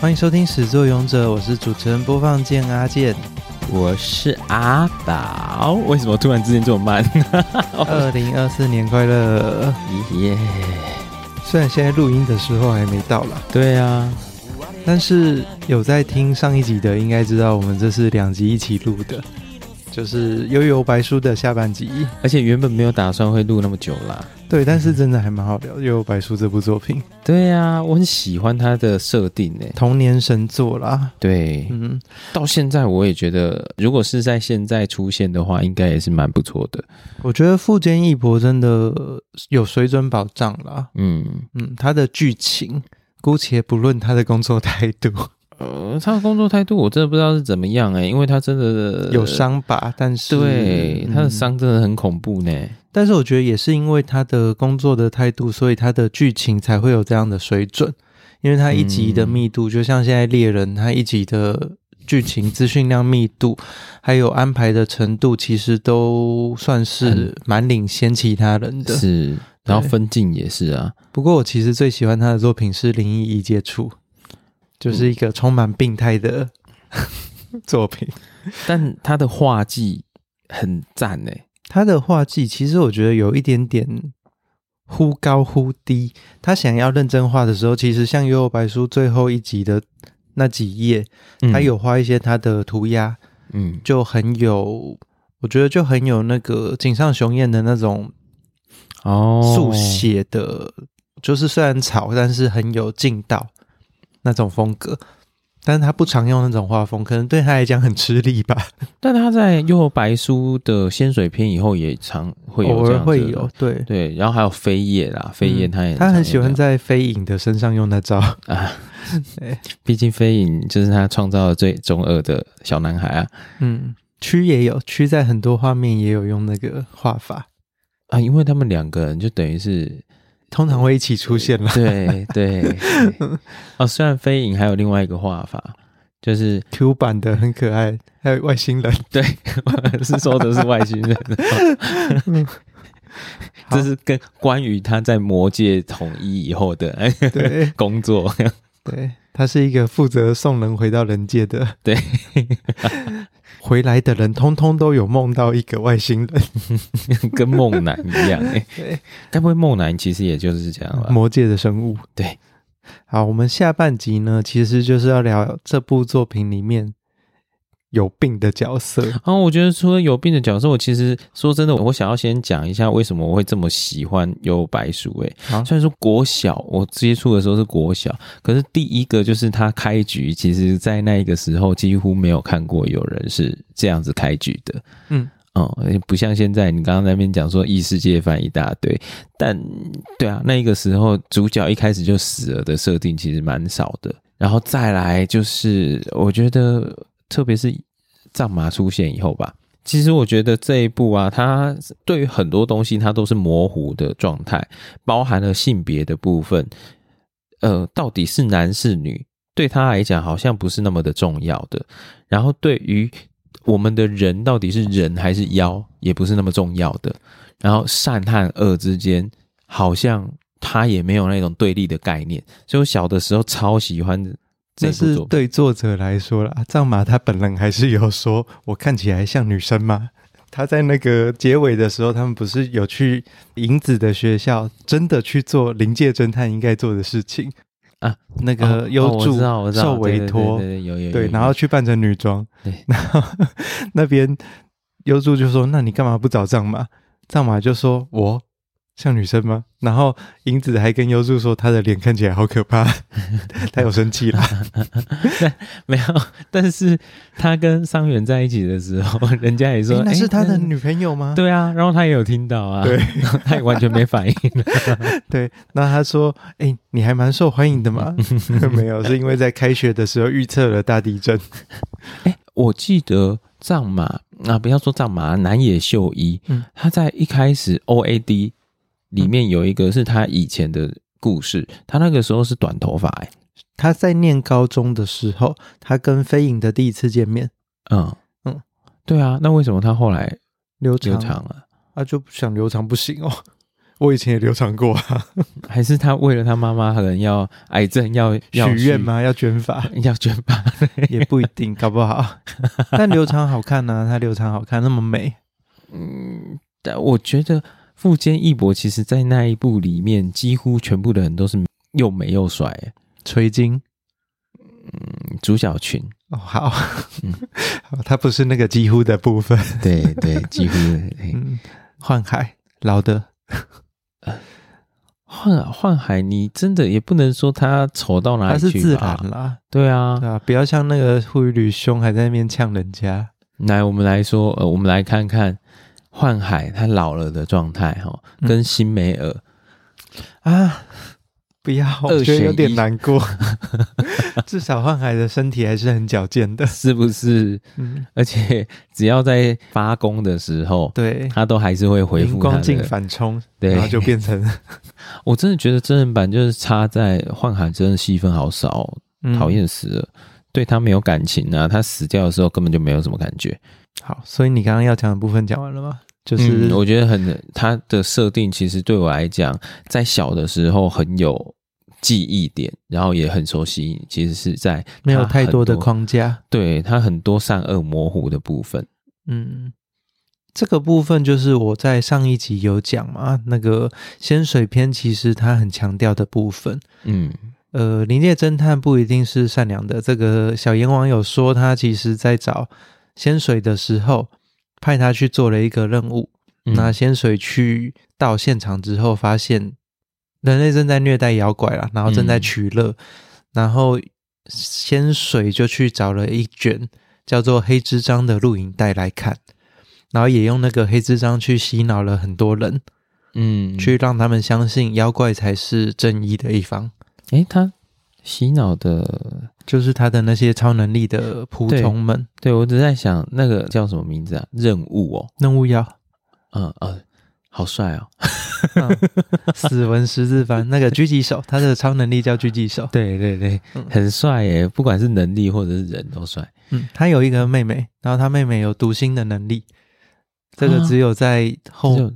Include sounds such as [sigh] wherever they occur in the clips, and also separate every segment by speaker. Speaker 1: 欢迎收听《始作俑者》，我是主持人播放键阿健。
Speaker 2: 我是阿宝，为什么突然之间这么慢？
Speaker 1: 二零二四年快乐！
Speaker 2: 耶、
Speaker 1: 虽然现在录音的时候还没到啦，
Speaker 2: 对啊，
Speaker 1: 但是有在听上一集的，应该知道我们这是两集一起录的，就是《悠悠白书》的下半集。
Speaker 2: 而且原本没有打算会录那么久啦。
Speaker 1: 对，但是真的还蛮好聊，《悠悠白书》这部作品，
Speaker 2: 对啊，我很喜欢它的设定诶。
Speaker 1: 童年神作啦。
Speaker 2: 对，
Speaker 1: 嗯，
Speaker 2: 到现在我也觉得，如果是在现在出现的话，应该也是蛮不错的。
Speaker 1: 我觉得富坚义博真的有水准保障啦。
Speaker 2: 嗯，
Speaker 1: 嗯，他的剧情，姑且不论他的工作态度，
Speaker 2: 呃，他的工作态度我真的不知道是怎么样欸诶，因为他真的
Speaker 1: 有，伤疤，但是
Speaker 2: 对，他的
Speaker 1: 嗯
Speaker 2: 伤真的很恐怖呢。
Speaker 1: 但是我觉得也是因为他的工作的态度，所以他的剧情才会有这样的水准。因为他一集的密度，就像现在猎人，他一集的剧情资讯量密度，还有安排的程度，其实都算是
Speaker 2: 很
Speaker 1: 蛮领先其他人的。
Speaker 2: 是，然后
Speaker 1: 对
Speaker 2: 分镜也是啊，
Speaker 1: 不过我其实最喜欢他的作品是《灵异一接触》，就是一个充满病态的作品。
Speaker 2: 但他的画技很赞欸诶。
Speaker 1: 他的画技其实我觉得有一点点忽高忽低。他想要认真画的时候，其实像《幽游白书》最后一集的那几页，
Speaker 2: 嗯
Speaker 1: 他有画一些他的涂鸦，
Speaker 2: 嗯，
Speaker 1: 就很有，我觉得就很有那个井上雄彦的那种
Speaker 2: 哦，
Speaker 1: 速写的，就是虽然草，但是很有劲道那种风格。但是他不常用那种画风，可能对他来讲很吃力吧。
Speaker 2: 但他在《幽游白书》的仙水篇以后也常会有
Speaker 1: 偶
Speaker 2: 这
Speaker 1: 尔
Speaker 2: 样子的
Speaker 1: 会有，对，
Speaker 2: 对，然后还有飞叶啦，飞叶
Speaker 1: 嗯
Speaker 2: 他也、
Speaker 1: 他很喜欢，在飞影的身上用那招。
Speaker 2: 毕竟飞影就是他创造的最中二的小男孩啊
Speaker 1: 嗯，蛆也有，蛆在很多画面也有用那个画法，
Speaker 2: 啊，因为他们两个人就等于是
Speaker 1: 通常会一起出现了。
Speaker 2: [laughs] 对对对哦，虽然飞影还有另外一个画法，就是
Speaker 1: Q 版的很可爱，还有外星人，
Speaker 2: [laughs] 是说的是外星人的话，
Speaker 1: 好
Speaker 2: 这是跟关于他在魔界统一以后的
Speaker 1: [laughs] 对
Speaker 2: 工作，
Speaker 1: 对，他是一个负责送人回到人界的。
Speaker 2: 对，
Speaker 1: [laughs] 回来的人通通都有梦到一个外星人，
Speaker 2: [laughs] 跟梦男一样、欸
Speaker 1: [laughs] 对，
Speaker 2: 该不会梦男其实也就是这样吧？
Speaker 1: 魔界的生物。
Speaker 2: 对，
Speaker 1: 好，我们下半集呢，其实就是要聊这部作品里面有病的角色。
Speaker 2: [laughs] 然后我觉得除了有病的角色，我其实说真的，我想要先讲一下为什么我会这么喜欢有白鼠、欸。
Speaker 1: 好
Speaker 2: 虽然说国小我接触的时候是国小，可是第一个就是他开局，其实在那一个时候几乎没有看过有人是这样子开局的。
Speaker 1: 嗯。
Speaker 2: 哦、而且不像现在你刚刚在那边讲说异世界翻一大堆，但对啊，那个时候主角一开始就死了的设定其实蛮少的。然后再来就是，我觉得特别是藏马出现以后吧，其实我觉得这一部啊，它对于很多东西它都是模糊的状态，包含了性别的部分，呃，到底是男是女，对他来讲好像不是那么的重要的。然后对于我们的人到底是人还是妖，也不是那么重要的。然后善和恶之间，好像他也没有那种对立的概念。所以我小的时候超喜欢这
Speaker 1: 这
Speaker 2: 部
Speaker 1: 是
Speaker 2: 作品。
Speaker 1: 对作者来说啦，啊藏马他本人还是有说，我看起来像女生吗？他在那个结尾的时候，他们不是有去银子的学校，真的去做灵界侦探应该做的事情
Speaker 2: 啊？
Speaker 1: [laughs] 那
Speaker 2: 哦
Speaker 1: 个
Speaker 2: 哦
Speaker 1: 优
Speaker 2: 我
Speaker 1: 助
Speaker 2: 知道我知道
Speaker 1: 受委
Speaker 2: 对对
Speaker 1: 托，
Speaker 2: 对对有有有
Speaker 1: 对，
Speaker 2: 有
Speaker 1: 然后去扮成女装
Speaker 2: 对，
Speaker 1: [laughs] 然后那边优助就说：“那你干嘛不找藏马？”藏马就说：“我像女生吗？”然后银子还跟优助说：“她的脸看起来好可怕。” [laughs] 他有生气啦。
Speaker 2: 没有，但是他跟伤员在一起的时候， [laughs] 人家也说、
Speaker 1: 诶那
Speaker 2: 诶
Speaker 1: 是他的
Speaker 2: 那
Speaker 1: 女朋友吗？
Speaker 2: 对啊，然后他也有听到啊，
Speaker 1: 对，
Speaker 2: 他也完全没反应。
Speaker 1: 对，那他说：“哎、你还蛮受欢迎的 [laughs] 嘛。”没有，是因为在开学的时候预测了大地震。
Speaker 2: [laughs] 我记得藏马啊，不要说藏马，南野秀一，
Speaker 1: 嗯
Speaker 2: 他在一开始 O A D 里面有一个是他以前的故事，他那个时候是短头发、欸，
Speaker 1: 他在念高中的时候，他跟飞影的第一次见面，
Speaker 2: 嗯
Speaker 1: 嗯
Speaker 2: 嗯，对啊，那为什么他后来
Speaker 1: 刘长啊
Speaker 2: 留长了？
Speaker 1: 他就不想留长不行哦。 [laughs] 我以前也流传过啊，
Speaker 2: 还是他为了他妈妈可能要癌症要要
Speaker 1: 许愿？吗？要卷发
Speaker 2: [laughs] 要捐吧，
Speaker 1: [laughs] 也不一定，搞不好。 [laughs] 但留长好看呢、啊，她留长好看，那么美，
Speaker 2: 但我觉得富坚义博其实在那一部里面，几乎全部的人都是又美又帅，欸
Speaker 1: 垂金
Speaker 2: 主角群，
Speaker 1: 哦，好， [laughs] 好，它不是那个几乎的部分。
Speaker 2: 对对，几乎。嘿
Speaker 1: 嗯，幻海老的，
Speaker 2: 幻幻海，你真的也不能说他丑到哪
Speaker 1: 他
Speaker 2: 里
Speaker 1: 是
Speaker 2: 去吧
Speaker 1: 自然啦，
Speaker 2: 对啊
Speaker 1: 对。啊，不要像那个护宇吕兄还在那边呛人家。
Speaker 2: 来，我们来说，呃，我们来看看幻海他老了的状态哈、哦，
Speaker 1: 嗯
Speaker 2: 跟新梅尔、
Speaker 1: 啊，不要，我觉
Speaker 2: 二选
Speaker 1: 得
Speaker 2: 一
Speaker 1: 有点难过。 [laughs] 至少幻海的身体还是很矫健的。
Speaker 2: [laughs] 是不是？
Speaker 1: 嗯，
Speaker 2: 而且只要在发功的时候，
Speaker 1: 对，
Speaker 2: 他都还是会回
Speaker 1: 荧
Speaker 2: 复他
Speaker 1: 光镜
Speaker 2: 的。
Speaker 1: 反冲，
Speaker 2: 对
Speaker 1: 然后就变
Speaker 2: [laughs]
Speaker 1: 成
Speaker 2: 我真的觉得真人版就是差在幻海真的戏份好少哦，讨。
Speaker 1: 嗯
Speaker 2: 厌死了。对他没有感情啊，他死掉的时候根本就没有什么感觉。
Speaker 1: 好，所以你刚刚要讲的部分讲完了吗？就是
Speaker 2: 嗯，我觉得很他的设定其实对我来讲，在小的时候很有记忆点，然后也很熟悉。其实是在
Speaker 1: 没有
Speaker 2: 它
Speaker 1: 太
Speaker 2: 很
Speaker 1: 多
Speaker 2: 多
Speaker 1: 的，框架。
Speaker 2: 对他很多善恶模糊的部分。
Speaker 1: 嗯，这个部分就是我在上一集有讲嘛，那个仙水篇其实它很强调的部分。
Speaker 2: 嗯，
Speaker 1: 呃，灵界侦探不一定是善良的。这个小阎王有说，他其实在找仙水的时候，派他去做了一个任务。
Speaker 2: 嗯
Speaker 1: 那仙水去到现场之后，发现人类正在虐待妖怪啦，然后正在
Speaker 2: 嗯
Speaker 1: 取乐，然后仙水就去找了一卷叫做《黑之章》的录影带来看，然后也用那个黑之章去洗脑了很多人，
Speaker 2: 嗯，
Speaker 1: 去让他们相信妖怪才是正义的一方。
Speaker 2: 诶，他洗脑的，
Speaker 1: 就是他的那些超能力的仆从们，
Speaker 2: 对我只在想那个叫什么名字啊？任务哦，
Speaker 1: 任务要、
Speaker 2: 嗯呃，好帅哦。
Speaker 1: 嗯 [laughs] 死文十字幡那个狙击手，他的超能力叫狙击手。
Speaker 2: 对对对
Speaker 1: 嗯，
Speaker 2: 很帅耶！不管是能力或者是人都帅。
Speaker 1: 嗯，他有一个妹妹，然后他妹妹有读心的能力，这个
Speaker 2: 啊
Speaker 1: 只有在后、
Speaker 2: 就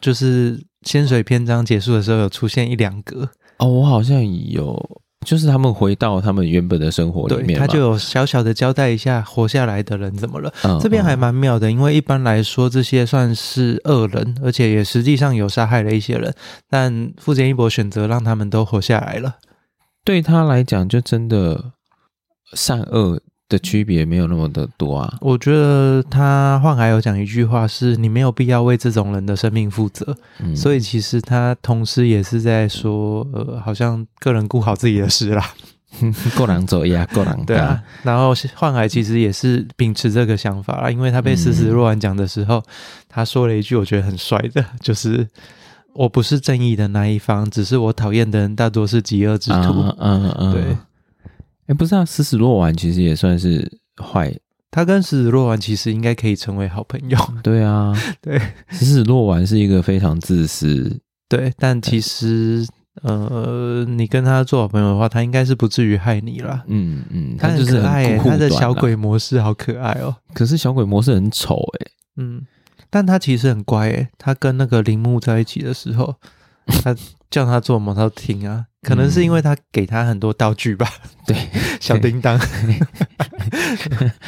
Speaker 1: 就是仙水篇章结束的时候有出现一两格，
Speaker 2: 哦，我好像有，就是他们回到他们原本的生活里
Speaker 1: 对，
Speaker 2: 面嘛，
Speaker 1: 他就有小小的交代一下活下来的人怎么了。
Speaker 2: 嗯
Speaker 1: 这边还
Speaker 2: 嗯
Speaker 1: 蛮妙的，因为一般来说这些算是恶人，而且也实际上有杀害了一些人，但富坚义博选择让他们都活下来了。
Speaker 2: 对他来讲，就真的善恶的区别没有那么的多啊。
Speaker 1: 我觉得他换海有讲一句话是：你没有必要为这种人的生命负责。
Speaker 2: 嗯，
Speaker 1: 所以其实他同时也是在说，呃，好像个人顾好自己的事
Speaker 2: [laughs]
Speaker 1: 啦。
Speaker 2: 够狼走呀，够狼
Speaker 1: 对啊，然后换海其实也是秉持这个想法啦，因为他被死死若丸讲的时候，他说了一句我觉得很帅的， [laughs] 就是我不是正义的那一方，只是我讨厌的人大多是极恶之
Speaker 2: 啊，
Speaker 1: 徒。
Speaker 2: 嗯嗯嗯，
Speaker 1: 对
Speaker 2: 哎，不是啊，死死落完其实也算是坏，
Speaker 1: 他跟死死若丸其实应该可以成为好朋友，
Speaker 2: 对啊，
Speaker 1: [laughs] 对，
Speaker 2: 死死落完是一个非常自私，
Speaker 1: 对，但其实呃，你跟他做好朋友的话，他应该是不至于害你啦。
Speaker 2: 嗯嗯，
Speaker 1: 他
Speaker 2: 就是
Speaker 1: 可爱、欸，
Speaker 2: 很护
Speaker 1: 他的
Speaker 2: 短啊
Speaker 1: 小
Speaker 2: 啦，
Speaker 1: 鬼模式好可爱哦、
Speaker 2: 可是小鬼模式很丑哎，
Speaker 1: 嗯，但他其实很乖诶、他跟那个铃木在一起的时候，
Speaker 2: 嗯
Speaker 1: 他叫他做梦，他都听啊。可能是因为他给他很多道具吧，
Speaker 2: 对，
Speaker 1: [laughs] 小叮当。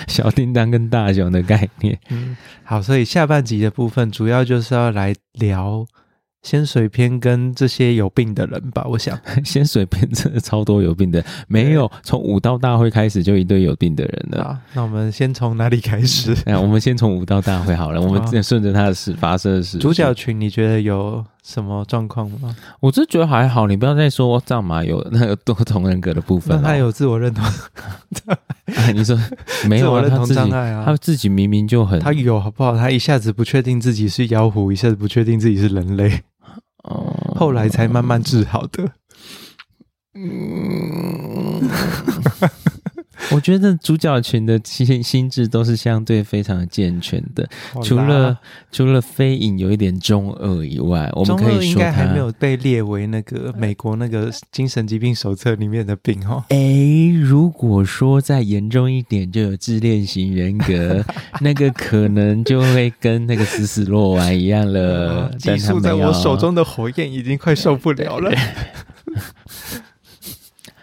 Speaker 2: 小叮当跟大雄的概念， [laughs]
Speaker 1: 嗯，好，所以下半集的部分主要就是要来聊仙水篇跟这些有病的人吧，我想。
Speaker 2: 仙水变真的超多有病的，没有从武道大会开始就一堆有病的人了。
Speaker 1: 啊，那我们先从哪里开始？
Speaker 2: 哎，我们先从武道大会
Speaker 1: [laughs]
Speaker 2: 好了，我们
Speaker 1: 好
Speaker 2: 只顺着他的事发生的事。
Speaker 1: 主角，群你觉得有什么状况吗？
Speaker 2: 我是觉得还好，你不要再说藏马有那个多重人格的部
Speaker 1: 那
Speaker 2: 分了。
Speaker 1: 他有自我认同，
Speaker 2: 哎， [laughs] 你说没
Speaker 1: 自
Speaker 2: 有
Speaker 1: 我
Speaker 2: 啊？
Speaker 1: 认
Speaker 2: 他
Speaker 1: 同
Speaker 2: 自
Speaker 1: 障
Speaker 2: 己，
Speaker 1: 碍啊
Speaker 2: 他。自己明明就很
Speaker 1: 他有好不好？他一下子不确定自己是妖狐，一下子不确定自己是人类，
Speaker 2: 哦
Speaker 1: 后来才慢
Speaker 2: 嗯
Speaker 1: 慢治好的。
Speaker 2: [laughs] 我觉得主角群的心心智都是相对非常健全的，除了除了飞影有一点中二以外，我们
Speaker 1: 中
Speaker 2: 可
Speaker 1: 二
Speaker 2: 以
Speaker 1: 应
Speaker 2: 说
Speaker 1: 该还
Speaker 2: 他
Speaker 1: 没有被列为那个美国那个精神疾病手册里面的病哦。
Speaker 2: 诶，如果说再严重一点，就有自恋型
Speaker 1: [laughs]
Speaker 2: 人格，那个可能就会跟那个死死洛丸一样了。
Speaker 1: 寄
Speaker 2: 呃但
Speaker 1: 哦
Speaker 2: 他
Speaker 1: 嗯宿在
Speaker 2: 没有
Speaker 1: 我手。中的火焰已经快受不了
Speaker 2: [laughs]
Speaker 1: 了，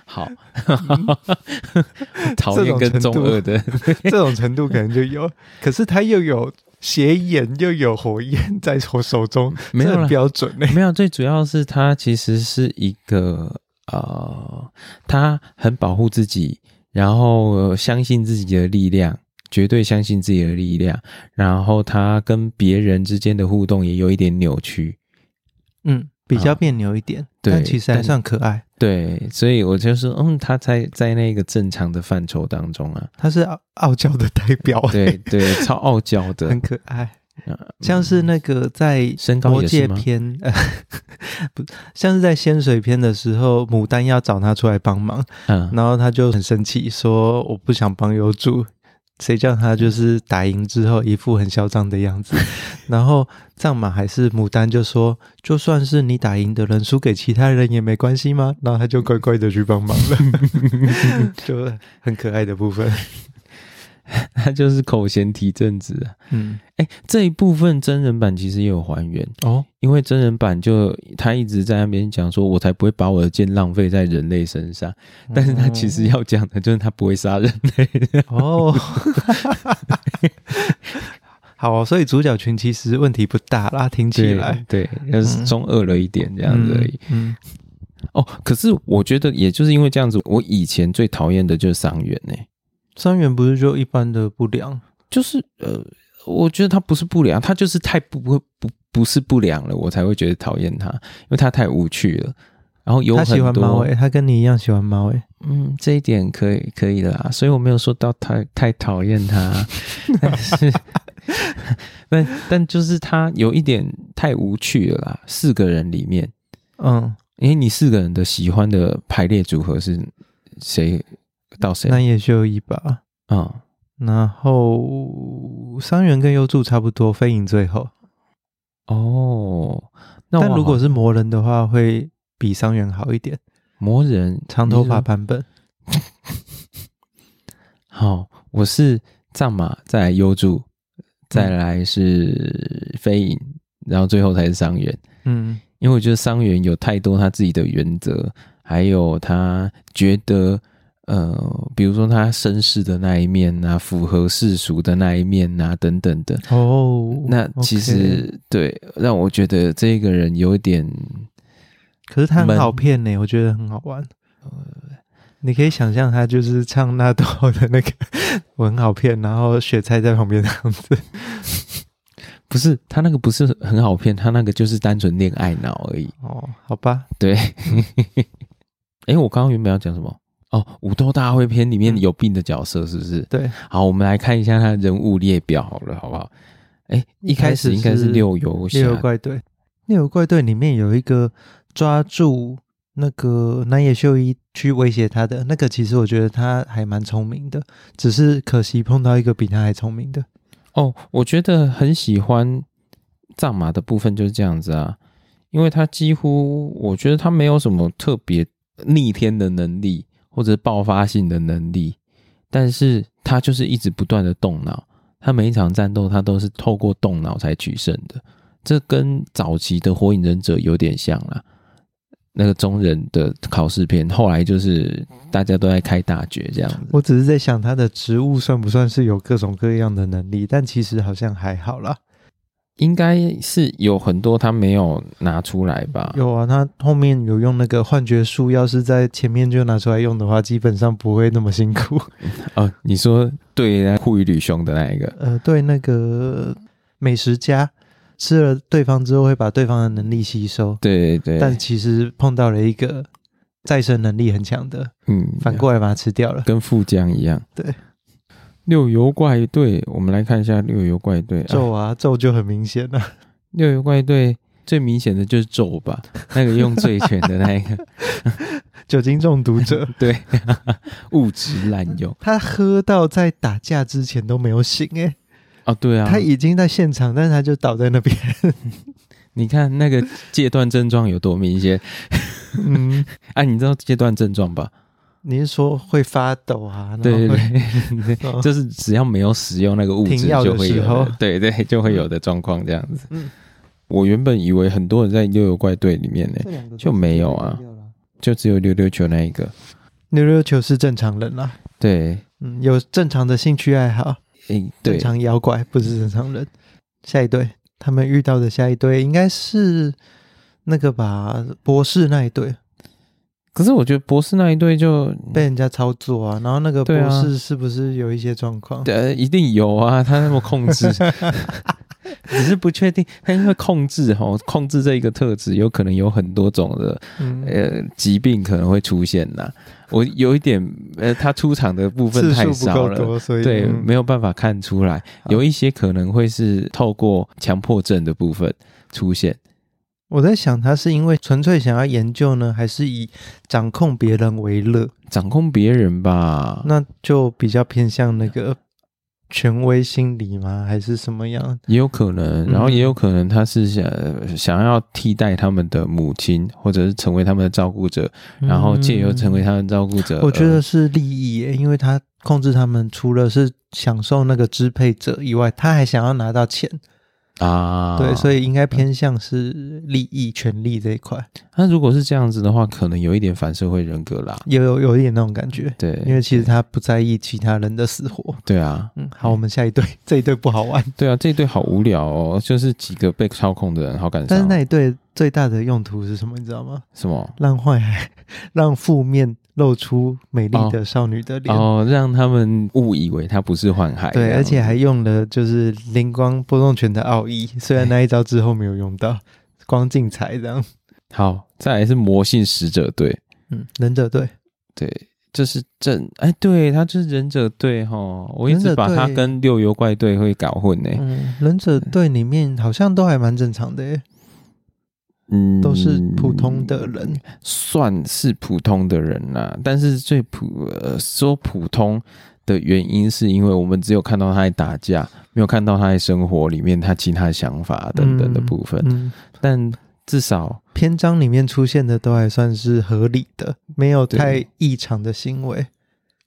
Speaker 2: 好，
Speaker 1: 嗯
Speaker 2: [laughs] 讨厌跟中二的，
Speaker 1: 这种程度可能就有。可是他又有斜眼，又有火焰在我手中，
Speaker 2: 没有
Speaker 1: 这
Speaker 2: 啦
Speaker 1: 很标准呢、欸
Speaker 2: [laughs] 没有。最主要是他其实是一个呃，他很保护自己，然后、呃相信自己的力量。绝对相信自己的力量，然后他跟别人之间的互动也有一点扭曲，
Speaker 1: 嗯，比较别扭一点，
Speaker 2: 啊对
Speaker 1: 但其实还算可爱。
Speaker 2: 对，所以我就说，嗯，他在在那个正常的范畴当中啊，
Speaker 1: 他是傲傲娇的代表、欸，
Speaker 2: 对对，超傲娇的
Speaker 1: [laughs] 很，可爱，
Speaker 2: 呃
Speaker 1: 像是那个在
Speaker 2: 身高
Speaker 1: 魔
Speaker 2: 也
Speaker 1: 界
Speaker 2: 是吗？
Speaker 1: 篇， [laughs] 呃、不像是在仙水篇的时候，牡丹要找他出来帮忙，
Speaker 2: 嗯，
Speaker 1: 然后他就很生气，说我不想帮优助。谁叫他就是打赢之后一副很嚣张的样子，然后藏马还是牡丹就说，就算是你打赢的人输给其他人也没关系吗？然后他就乖乖的去帮忙了， [laughs] 就很可爱的部分。
Speaker 2: 他就是口嫌体正直啊。
Speaker 1: 嗯，
Speaker 2: 哎，这一部分真人版其实也有还原，
Speaker 1: 哦，
Speaker 2: 因为真人版就他一直在那边讲说，我才不会把我的剑浪费在人类身上，
Speaker 1: 嗯
Speaker 2: 但是他其实要讲的就是他不会杀人类。
Speaker 1: 哦， [laughs] 好、哦，所以主角群其实问题不大啦，听起来
Speaker 2: 对对，要是中二了一点这样子而已。。
Speaker 1: 嗯，
Speaker 2: 哦，可是我觉得也就是因为这样子，我以前最讨厌的就是伤员呢、
Speaker 1: 三元不是就一般的不良，
Speaker 2: 就是呃，我觉得他不是不良，他就是太不不不不是不良了，我才会觉得讨厌他，因为他太无趣了。然后有
Speaker 1: 他喜
Speaker 2: 很
Speaker 1: 欢
Speaker 2: 多
Speaker 1: 猫诶、，他跟你一样喜欢猫诶、
Speaker 2: 嗯，这一点可以可以的啦，所以我没有说到太太讨厌他，
Speaker 1: [laughs]
Speaker 2: 但是 [laughs] 但但就是他有一点太无趣了啦。四个人里面，
Speaker 1: 嗯，
Speaker 2: 因为你四个人的喜欢的排列组合是谁到谁
Speaker 1: 那也就一把。
Speaker 2: 啊？嗯
Speaker 1: 然后三元跟优助差不多，飞影最后。
Speaker 2: 哦，那
Speaker 1: 但
Speaker 2: 我
Speaker 1: 如
Speaker 2: 好
Speaker 1: 果是魔人的话，会比三元好一点。
Speaker 2: 魔人
Speaker 1: 长头发
Speaker 2: 吧，
Speaker 1: 版本，
Speaker 2: 好，我是藏马，再来幽助，再来是飞影，然后最后才是伤员。
Speaker 1: 嗯
Speaker 2: 因为我觉得伤员有太多他自己的原则，还有他觉得呃，比如说他绅士的那一面啊，符合世俗的那一面啊，等等的。
Speaker 1: 哦，
Speaker 2: 那其
Speaker 1: OK
Speaker 2: 实对让我觉得这个人有一点
Speaker 1: 可是他很
Speaker 2: 闷
Speaker 1: 好骗呢、我觉得很好玩。
Speaker 2: 呃
Speaker 1: 你可以想象他就是唱纳豆的那个我很好骗，然后雪菜在旁边这样子。
Speaker 2: 不是他那个不是很好骗，他那个就是单纯恋爱脑而已。
Speaker 1: 哦，好吧，
Speaker 2: 对， [laughs] 哎、我刚刚原本要讲什么？哦，武斗大会篇里面
Speaker 1: 嗯
Speaker 2: 有病的角色是不是？
Speaker 1: 对，
Speaker 2: 好，我们来看一下他的人物列表好了，好不好？哎、一开始应该是六游侠
Speaker 1: 猎，游怪队，猎游怪队里面有一个抓住那个南野秀一去威胁他的那个，其实我觉得他还蛮聪明的，只是可惜碰到一个比他还聪明的。
Speaker 2: 哦，我觉得很喜欢藏马的部分就是这样子啊，因为他几乎我觉得他没有什么特别逆天的能力或者爆发性的能力，但是他就是一直不断的动脑，他每一场战斗他都是透过动脑才取胜的，这跟早期的火影忍者有点像啦。那个中忍的考试篇，后来就是大家都在开大绝这样子。
Speaker 1: 我只是在想他的职务算不算是有各种各样的能力，但其实好像还好啦。
Speaker 2: 应该是有很多他没有拿出来吧？
Speaker 1: 有啊，他后面有用那个幻觉术，要是在前面就拿出来用的话，基本上不会那么辛苦。 [laughs]
Speaker 2: 哦，你说对那护宇吕兄的那一个，
Speaker 1: 呃，对那个美食家吃了对方之后，会把对方的能力吸收，
Speaker 2: 对对
Speaker 1: 但
Speaker 2: 对，
Speaker 1: 其实碰到了一个再生能力很强的，
Speaker 2: 嗯，
Speaker 1: 反过来把它吃掉了。
Speaker 2: 跟富江一样。
Speaker 1: 对，
Speaker 2: 六游怪队，我们来看一下六游怪队。啊
Speaker 1: 咒啊，咒就很明显了、 [laughs] [laughs]
Speaker 2: 六游怪队最明显的就是咒吧，那个用醉拳的那一个，
Speaker 1: 酒精中毒
Speaker 2: [laughs]
Speaker 1: 者，
Speaker 2: 对，物质滥用
Speaker 1: 他喝到在打架之前都没有醒、欸，
Speaker 2: 哦，对啊，
Speaker 1: 他已经在现场，但是他就倒在那
Speaker 2: [laughs]
Speaker 1: 边。
Speaker 2: 你看那个戒断症状有多明显
Speaker 1: 嗯，
Speaker 2: 啊？你知道戒断症状吧？
Speaker 1: 你是说会发抖啊？然后
Speaker 2: 对
Speaker 1: [laughs] 会
Speaker 2: 对对，对
Speaker 1: 哦
Speaker 2: 就是只要没有使用那个物质，
Speaker 1: 停药的
Speaker 2: 就会有
Speaker 1: 时
Speaker 2: 的
Speaker 1: 候
Speaker 2: 对对，就会有的状况这样子。
Speaker 1: 嗯
Speaker 2: 我原本以为很多人在悠悠怪队里面呢，
Speaker 1: 这两个都
Speaker 2: 哎就没有啊
Speaker 1: 是溜溜啦。
Speaker 2: 就只有溜溜球那一个。
Speaker 1: 溜溜球是正常人啦，
Speaker 2: 对，
Speaker 1: 嗯，有正常的兴趣爱好，
Speaker 2: 诶，
Speaker 1: 正
Speaker 2: 对，
Speaker 1: 常妖怪不是正常人。下一对，他们遇到的下一对应该是那个吧，博士那一对
Speaker 2: 可是我觉得博士那一队就
Speaker 1: 被人家操作啊，然后那个博
Speaker 2: 嗯对啊
Speaker 1: 士是不是有一些状况？
Speaker 2: 呃一定有啊， [laughs] 他那么
Speaker 1: [laughs]
Speaker 2: 控制，只是不确定他因为控制哈，控制这一个特质，有可能有很多种的
Speaker 1: 嗯，
Speaker 2: 呃疾病可能会出现呐。我有一点呃，他出场的部分
Speaker 1: 次
Speaker 2: 太
Speaker 1: 数不
Speaker 2: 少
Speaker 1: 够
Speaker 2: 了。
Speaker 1: 多，所以
Speaker 2: 对，
Speaker 1: 嗯啊
Speaker 2: 没有办法看出来，
Speaker 1: 好
Speaker 2: 有一些可能会是透过强迫症的部分出现。
Speaker 1: 我在想，他是因为纯粹想要研究呢，还是以掌控别人为乐？
Speaker 2: 掌控别人吧，
Speaker 1: 那就比较偏向那个权威心理吗？还是什么样？
Speaker 2: 也有可能，
Speaker 1: 嗯
Speaker 2: 然后也有可能他是想、呃想要替代他们的母亲，或者是成为他们的照顾者，然后借由成为他们的照顾者，
Speaker 1: 嗯我觉
Speaker 2: 呃
Speaker 1: 得是利益耶，因为他控制他们，除了是享受那个支配者以外，他还想要拿到钱，
Speaker 2: 啊，
Speaker 1: 对，所
Speaker 2: 以
Speaker 1: 以应该偏向是利益、权利这一块，
Speaker 2: 他如果是这样子的话，可能有一点反社会人格啦。
Speaker 1: 有有有一点那种感觉，
Speaker 2: 对，
Speaker 1: 因为其实他不在意其他人的死活。
Speaker 2: 对啊，
Speaker 1: 嗯，好，我们下一对， [laughs] 这一对不好玩，
Speaker 2: 对啊，这一对好无聊哦，就是几个被操控的人，好感
Speaker 1: 但是
Speaker 2: 伤。
Speaker 1: 那一对最大的用途是什么？你知道吗？
Speaker 2: 什么？
Speaker 1: 让坏孩， [laughs] 让负面露出美丽的少女的脸。
Speaker 2: 哦，让他们误以为他不是幻海这样
Speaker 1: 对，
Speaker 2: 子，
Speaker 1: 而且还用了就是灵光波动拳的奥
Speaker 2: [laughs]
Speaker 1: 义，虽然那一招之后没有用到，光进彩这样。
Speaker 2: 好，再来是魔性使者队，
Speaker 1: 嗯，忍者队，
Speaker 2: 对，这是正哎，对，他就是忍者队哈，我一
Speaker 1: 忍者
Speaker 2: 直把他
Speaker 1: 队
Speaker 2: 跟六游怪队会搞混呢、
Speaker 1: 嗯，忍者队里面好像都还蛮正常的耶，
Speaker 2: 嗯，
Speaker 1: 都是普通，的人。
Speaker 2: 算是普通的人啦、但是最普呃说普通。的原因是因为我们只有看到他在打架，没有看到他在生活里面他其他想法等等的部分。
Speaker 1: 嗯，
Speaker 2: 但至少
Speaker 1: 篇章里面出现的都还算是合理的，没有
Speaker 2: 对
Speaker 1: 太异常的行为。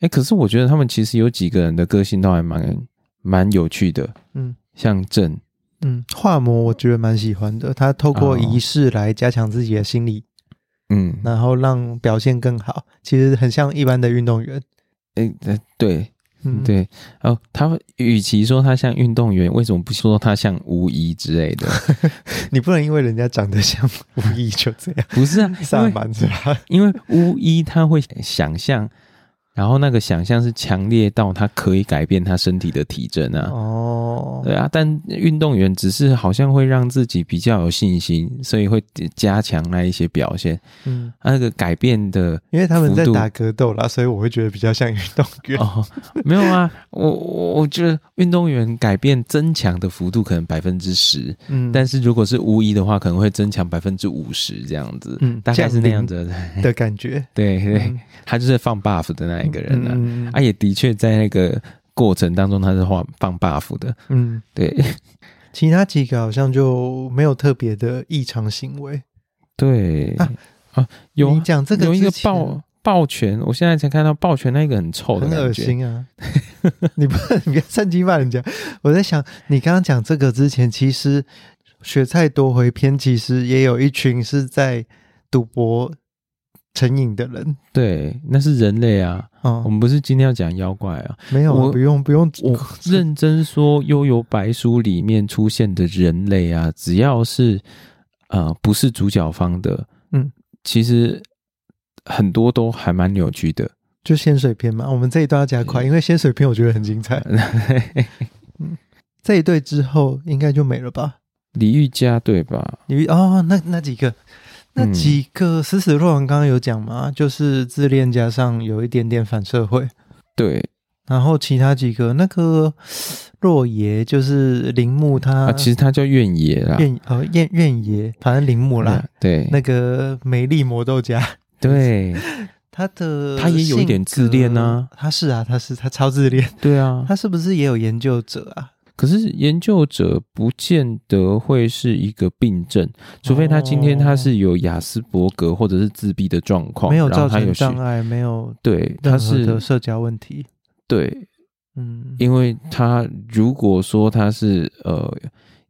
Speaker 2: 哎、可是我觉得他们其实有几个人的个性都还蛮蛮有趣的，
Speaker 1: 嗯
Speaker 2: 像郑，
Speaker 1: 嗯，画魔我觉得蛮喜欢的，他透过
Speaker 2: 哦
Speaker 1: 仪式来加强自己的心理，
Speaker 2: 嗯，
Speaker 1: 然后让表现更好。其实很像一般的运动员。
Speaker 2: 哎、呃对
Speaker 1: 嗯，
Speaker 2: 对，哦，他与其说他像运动员，为什么不说他像吴仪之类的？ [laughs]
Speaker 1: 你不能因为人家长得像无意就这
Speaker 2: [laughs]
Speaker 1: 样
Speaker 2: 不是啊，
Speaker 1: 萨满是吧？
Speaker 2: 因为因为巫医他会想象，然后那个想象是强烈到他可以改变他身体的体征啊。
Speaker 1: 哦，
Speaker 2: 对啊，但运动员只是好像会让自己比较有信心，所以会加强那一些表现。
Speaker 1: 嗯，
Speaker 2: 啊那个改变的
Speaker 1: 因为他们在
Speaker 2: 幅度
Speaker 1: 打格斗啦，所以我会觉得比较像运动员。
Speaker 2: 哦，没有啊，我我我觉得运动员改变增强的幅度可能百分之十，
Speaker 1: 嗯，
Speaker 2: 但是如果是巫医的话，可能会增强百分之五十这样子，
Speaker 1: 嗯
Speaker 2: 大概是那样
Speaker 1: 降
Speaker 2: 子的。
Speaker 1: 临的感觉。
Speaker 2: 对对
Speaker 1: 嗯，
Speaker 2: 他就是放 buff 的那一个人啊，
Speaker 1: 嗯
Speaker 2: 啊也的确在那个过程当中他是放放 buff 的，
Speaker 1: 嗯， [laughs]
Speaker 2: 对
Speaker 1: 其他几个好像就没有特别的异常行为。
Speaker 2: 对
Speaker 1: 啊
Speaker 2: 啊，有
Speaker 1: 你
Speaker 2: 啊
Speaker 1: 讲这个
Speaker 2: 有一个
Speaker 1: 之前
Speaker 2: 抱抱拳，我现在才看到抱拳那个很臭的
Speaker 1: 很恶
Speaker 2: 感觉，
Speaker 1: 心啊！ [laughs] 你不你不要趁机骂人家。 [laughs] 我在想，你刚刚讲这个之前，其实雪菜夺回篇，其实也有一群是在赌博成瘾的人。
Speaker 2: 对，那是人类啊，我
Speaker 1: 哦，
Speaker 2: 们不是今天要讲妖怪啊，
Speaker 1: 没有、啊，
Speaker 2: 我
Speaker 1: 不用不用，
Speaker 2: 我 [laughs] 认真说，《幽游白书》里面出现的人类啊，只要是呃不是主角方的，
Speaker 1: 嗯，
Speaker 2: 其实很多都还蛮扭曲的。
Speaker 1: [laughs]
Speaker 2: [laughs]
Speaker 1: 就仙水篇嘛。我们这一段要加快，因为仙水篇我觉得很精彩。这一对之后应该就没了吧？
Speaker 2: 李玉佳对吧？
Speaker 1: 你哦，那那几个。那
Speaker 2: 嗯
Speaker 1: 几个死死若文刚刚有讲嘛，就是自恋加上有一点点反社会，
Speaker 2: 对
Speaker 1: 然后其他几个那个若爷就是铃木
Speaker 2: 啊
Speaker 1: 他哦
Speaker 2: 其实他叫怨野啦，
Speaker 1: 愿呃愿愿爷，反正铃木啦，
Speaker 2: 嗯对，
Speaker 1: 那个美丽魔豆家，
Speaker 2: 对，
Speaker 1: 他的
Speaker 2: 他也有一点自恋啊
Speaker 1: 性格，他是啊，他是他超自恋，
Speaker 2: 对啊。
Speaker 1: [laughs] 他是不是也有研究者啊？
Speaker 2: 可是研究者不见得会是一个病症，除非他今天他是有雅斯伯格或者是自闭的状况，
Speaker 1: 哦没有
Speaker 2: 哦然后
Speaker 1: 造
Speaker 2: 他
Speaker 1: 成
Speaker 2: 有学
Speaker 1: 障碍，没有
Speaker 2: 对，他
Speaker 1: 任何
Speaker 2: 是
Speaker 1: 的社交问题。
Speaker 2: 对，
Speaker 1: 嗯，
Speaker 2: 因为他如果说他是呃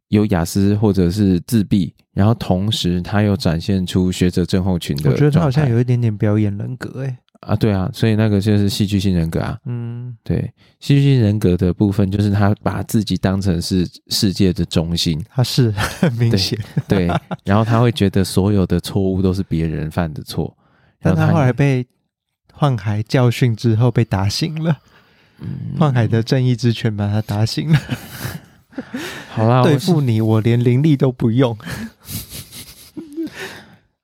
Speaker 2: 有雅思或者是自闭，然后同时他又展现出学者症候群
Speaker 1: 嗯
Speaker 2: 的
Speaker 1: 我
Speaker 2: 状态，
Speaker 1: 觉得他好像有一点点表演人格、欸，
Speaker 2: 啊，对啊，所以那个就是戏剧性人格啊，
Speaker 1: 嗯，
Speaker 2: 对，戏剧性人格的部分就是他把自己当成是世界的中心，
Speaker 1: 他是 [laughs] 很明显， [laughs]
Speaker 2: 对，然后他会觉得所有的错误都是别人犯的错，
Speaker 1: 但
Speaker 2: 然后
Speaker 1: 他后来被幻海教训之后被打醒了，
Speaker 2: 嗯
Speaker 1: 幻海的正义之拳把他打醒了，
Speaker 2: 好啦，
Speaker 1: 对
Speaker 2: 我是
Speaker 1: 付你我连灵力都不用，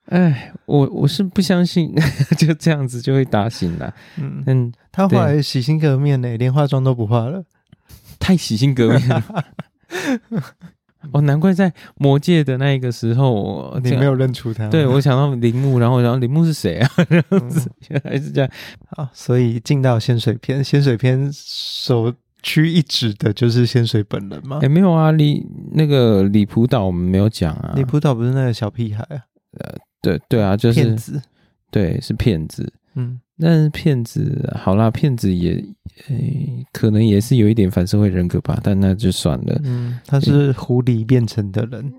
Speaker 2: 哎，我我是不相信 [laughs] 就这样子就会打醒啦，
Speaker 1: 嗯，
Speaker 2: 嗯，
Speaker 1: 他后来洗心革面呢、欸连化妆都不化了，
Speaker 2: 太洗心革
Speaker 1: [laughs]
Speaker 2: 面了。哦，难怪在魔界的那一个时候，我
Speaker 1: 你没有啊认出他，
Speaker 2: 哦对我想到铃木，然后然后铃木是
Speaker 1: [laughs]
Speaker 2: 谁啊？
Speaker 1: 嗯
Speaker 2: 原来是这样。
Speaker 1: 好，啊所以进到仙水篇，仙水篇首屈一指的就是仙水本人吗
Speaker 2: 哎、？没有啊，李那个李普岛我们没有讲啊。
Speaker 1: 李普岛不是那个小屁孩啊，
Speaker 2: 对对啊，就
Speaker 1: 骗
Speaker 2: 是
Speaker 1: 子，
Speaker 2: 对是骗子，
Speaker 1: 嗯，
Speaker 2: 但是骗子好啦，骗子也、诶可能也是有一点反社会人格吧，但那就算了。
Speaker 1: 嗯，他是狐狸变成的人，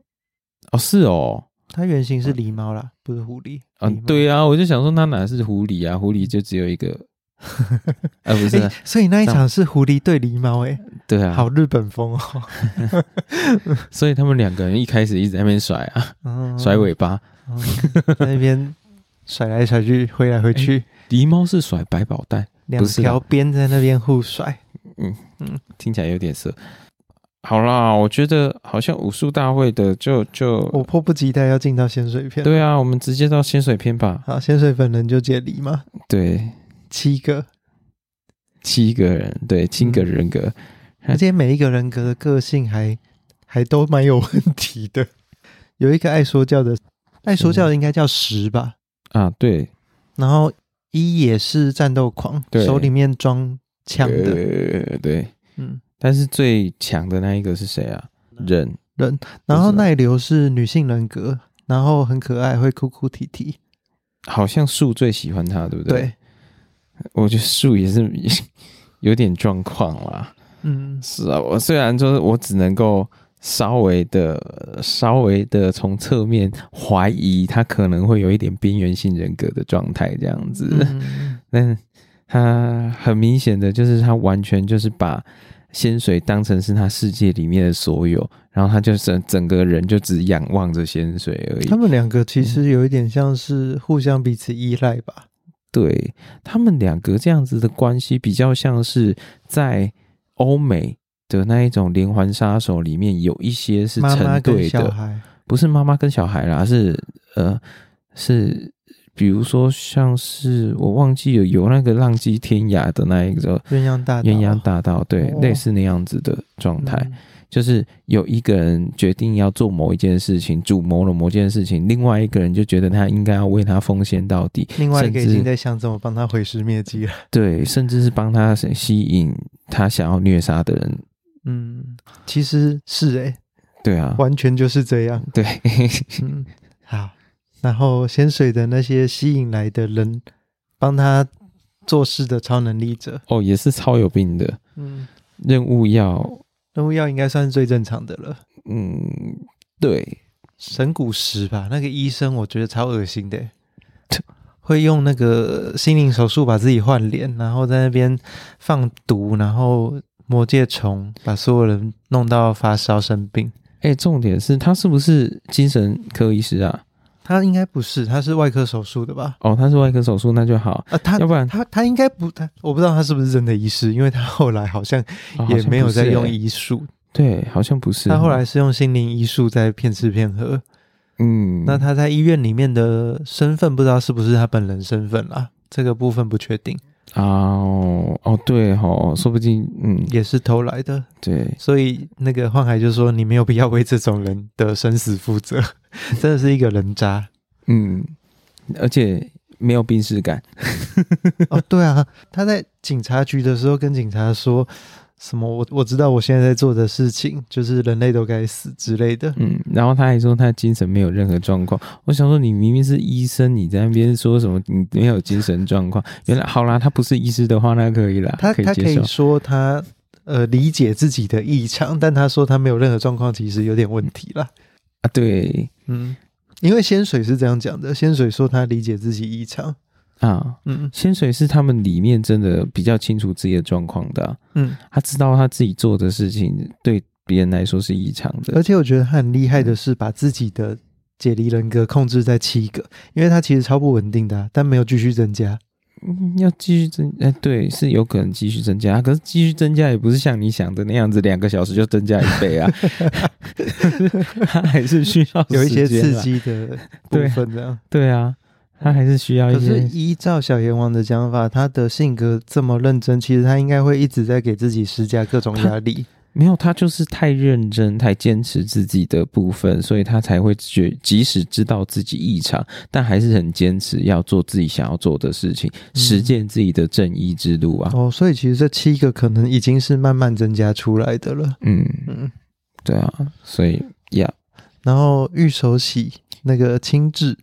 Speaker 2: 哦，是哦，
Speaker 1: 他原型是狸猫啦，不是狐狸。狸
Speaker 2: 嗯、
Speaker 1: 猫
Speaker 2: 对啊，我就想说他哪是狐狸啊？狐狸就只有一个，
Speaker 1: [laughs]
Speaker 2: 啊不是
Speaker 1: 诶
Speaker 2: 啊、
Speaker 1: 所以那一场是狐狸对狸猫，哎，
Speaker 2: 对啊，
Speaker 1: 好日本风
Speaker 2: [laughs]
Speaker 1: 哦，
Speaker 2: 所以他们两个人一开始一直在那边甩啊，
Speaker 1: 嗯
Speaker 2: 甩尾巴。
Speaker 1: 嗯在那边甩来甩去，挥来挥去，
Speaker 2: 狸猫是甩百宝袋，
Speaker 1: 两
Speaker 2: 哎不是啦
Speaker 1: 条边在那边互甩，
Speaker 2: 听起来有点色。好啦，我觉得好像武术大会的就
Speaker 1: 我
Speaker 2: 就
Speaker 1: 迫不及待要进到仙水篇。，
Speaker 2: 对啊，我们直接到仙水篇吧。
Speaker 1: 好，仙水本人就解狸嘛，
Speaker 2: 对，
Speaker 1: 七个，
Speaker 2: 七个人，对，七个人格。
Speaker 1: 而且每一个人格的个性还还都蛮有问题的。有一个爱说教的，爱说教的应该叫十吧，
Speaker 2: 啊，对，
Speaker 1: 然后一也是战斗狂，
Speaker 2: 对
Speaker 1: 手里面装枪的，
Speaker 2: 呃对。
Speaker 1: 嗯，
Speaker 2: 但是最强的那一个是谁啊？忍，
Speaker 1: 人。然后奈流是女性人格，然后很可爱，会哭哭啼啼。
Speaker 2: 好像树最喜欢他，对不对？
Speaker 1: 对，
Speaker 2: 我觉得树也是 [laughs] 有点状况啦。
Speaker 1: 嗯，
Speaker 2: 是啊，我虽然就是我只能够稍微的、稍微的从侧面怀疑他可能会有一点边缘性人格的状态这样子， [laughs]
Speaker 1: 嗯
Speaker 2: 但他很明显的就是他完全就是把仙水当成是他世界里面的所有，然后他就整整个人就只仰望着仙水而已
Speaker 1: 他。们两个
Speaker 2: 嗯
Speaker 1: 其实有一点像是互相彼此依赖吧。
Speaker 2: 对他们两个这样子的关系，比较像是在欧美的那一种连环杀手里面，有一些是
Speaker 1: 妈妈
Speaker 2: 成
Speaker 1: 跟
Speaker 2: 对的，
Speaker 1: 小孩，
Speaker 2: 不是妈妈跟小孩啦，是呃是，比如说像是我忘记有有那个浪迹天涯的那一个
Speaker 1: 鸳鸯大岛
Speaker 2: 鸳鸯大道，对，
Speaker 1: 哦
Speaker 2: 类似那样子的状态。
Speaker 1: 嗯
Speaker 2: 就是有一个人决定要做某一件事情，主谋了某件事情，另外一个人就觉得他应该要为他奉献到底，
Speaker 1: 另外一个已
Speaker 2: 甚至
Speaker 1: 经在想怎么帮他毁尸灭迹了。
Speaker 2: 对，甚至是帮他吸引他想要虐杀的人，
Speaker 1: 嗯，其实是哎、
Speaker 2: 对啊，
Speaker 1: 完全就是这样。
Speaker 2: 对， [laughs]
Speaker 1: 嗯， [laughs] 好。然后仙水的那些吸引来的人，帮他做事的超能力者，
Speaker 2: 哦，也是超有病的
Speaker 1: 嗯，
Speaker 2: 任务要，
Speaker 1: 任务药应该算是最正常的了。
Speaker 2: 嗯，对，
Speaker 1: 神谷石吧，那个医生我觉得超恶心的欸，会用那个心灵手术把自己换脸，然后在那边放毒，然后魔界虫把所有人弄到发烧生病。
Speaker 2: 哎、重点是他是不是精神科医师啊？
Speaker 1: 他应该不是，他是外科手术的吧？
Speaker 2: 哦，他是外科手术，那就好，
Speaker 1: 啊，他
Speaker 2: 要不然
Speaker 1: 他他应该不，他我不知道他是不是真的医师，因为他后来好像
Speaker 2: 哦好
Speaker 1: 也
Speaker 2: 像
Speaker 1: 没有
Speaker 2: 不是
Speaker 1: 在用
Speaker 2: 欸
Speaker 1: 医术，
Speaker 2: 对，好像不是。
Speaker 1: 他后来，是用心灵医术在骗吃骗喝。
Speaker 2: 嗯，
Speaker 1: 那他在医院里面的身份不知道是不是他本人身份啦，这个部分不确定，
Speaker 2: 啊哦哦，对哦，说不定，嗯，
Speaker 1: 也是偷来的。
Speaker 2: 对，
Speaker 1: 所以那个幻海就说：“你没有必要为这种 [laughs] 人的生死负责，真的是一个人渣。
Speaker 2: 嗯，而且没有病视感，
Speaker 1: 哦，对啊，他在警察局的时候跟警察说什么？我我知道我现在在做的事情就是人类都该死之类的。
Speaker 2: 嗯，然后他还说他精神没有任何状况。我想说，你明明是医生，你在那边说什么你没有精神状况？原来好啦，他不是医师的话，那可以啦，
Speaker 1: 他
Speaker 2: 可以
Speaker 1: 他可
Speaker 2: 接受
Speaker 1: 以。说他呃理解自己的异常，但他说他没有任何状况，其实有点问题啦。
Speaker 2: 啊，对
Speaker 1: 嗯，因为仙水是这样讲的，仙水说他理解自己异常。
Speaker 2: 啊，
Speaker 1: 嗯
Speaker 2: 仙水是他们里面真的比较清楚自己的状况的啊、
Speaker 1: 嗯，
Speaker 2: 他知道他自己做的事情对别人来说是异常的
Speaker 1: 而。且我觉得他很厉害的是把自己的解离人格控制在七个，因为他其实超不稳定的啊、但没有继续增加。
Speaker 2: 嗯，要继续增，哎、对，是有可能继续增加，可是继续增加也不是像你想的那样子，两个小时就增加一倍
Speaker 1: [laughs]
Speaker 2: 啊， [laughs] 他还是需要
Speaker 1: 有一些
Speaker 2: 时间啊
Speaker 1: 刺
Speaker 2: 啦，
Speaker 1: 激的部分这样。
Speaker 2: 对啊，他还是需
Speaker 1: [laughs]
Speaker 2: 要
Speaker 1: 可
Speaker 2: 一
Speaker 1: 是
Speaker 2: 些，
Speaker 1: 依照小阎王的讲法，他的性格这么认真，其实他应该会一直在给自己施加各种压力。
Speaker 2: 没有，他就是太认真，太坚持自己的部分，所以他才会觉，即使知道自己异常，但还是很坚持要做自己想要做的事情，实践自己的正义之路啊，
Speaker 1: 嗯哦，所以其实这七个可能已经是慢慢增加出来的了。
Speaker 2: 嗯，
Speaker 1: 嗯，
Speaker 2: 对啊，所以呀。
Speaker 1: 然后玉手洗那个青雉，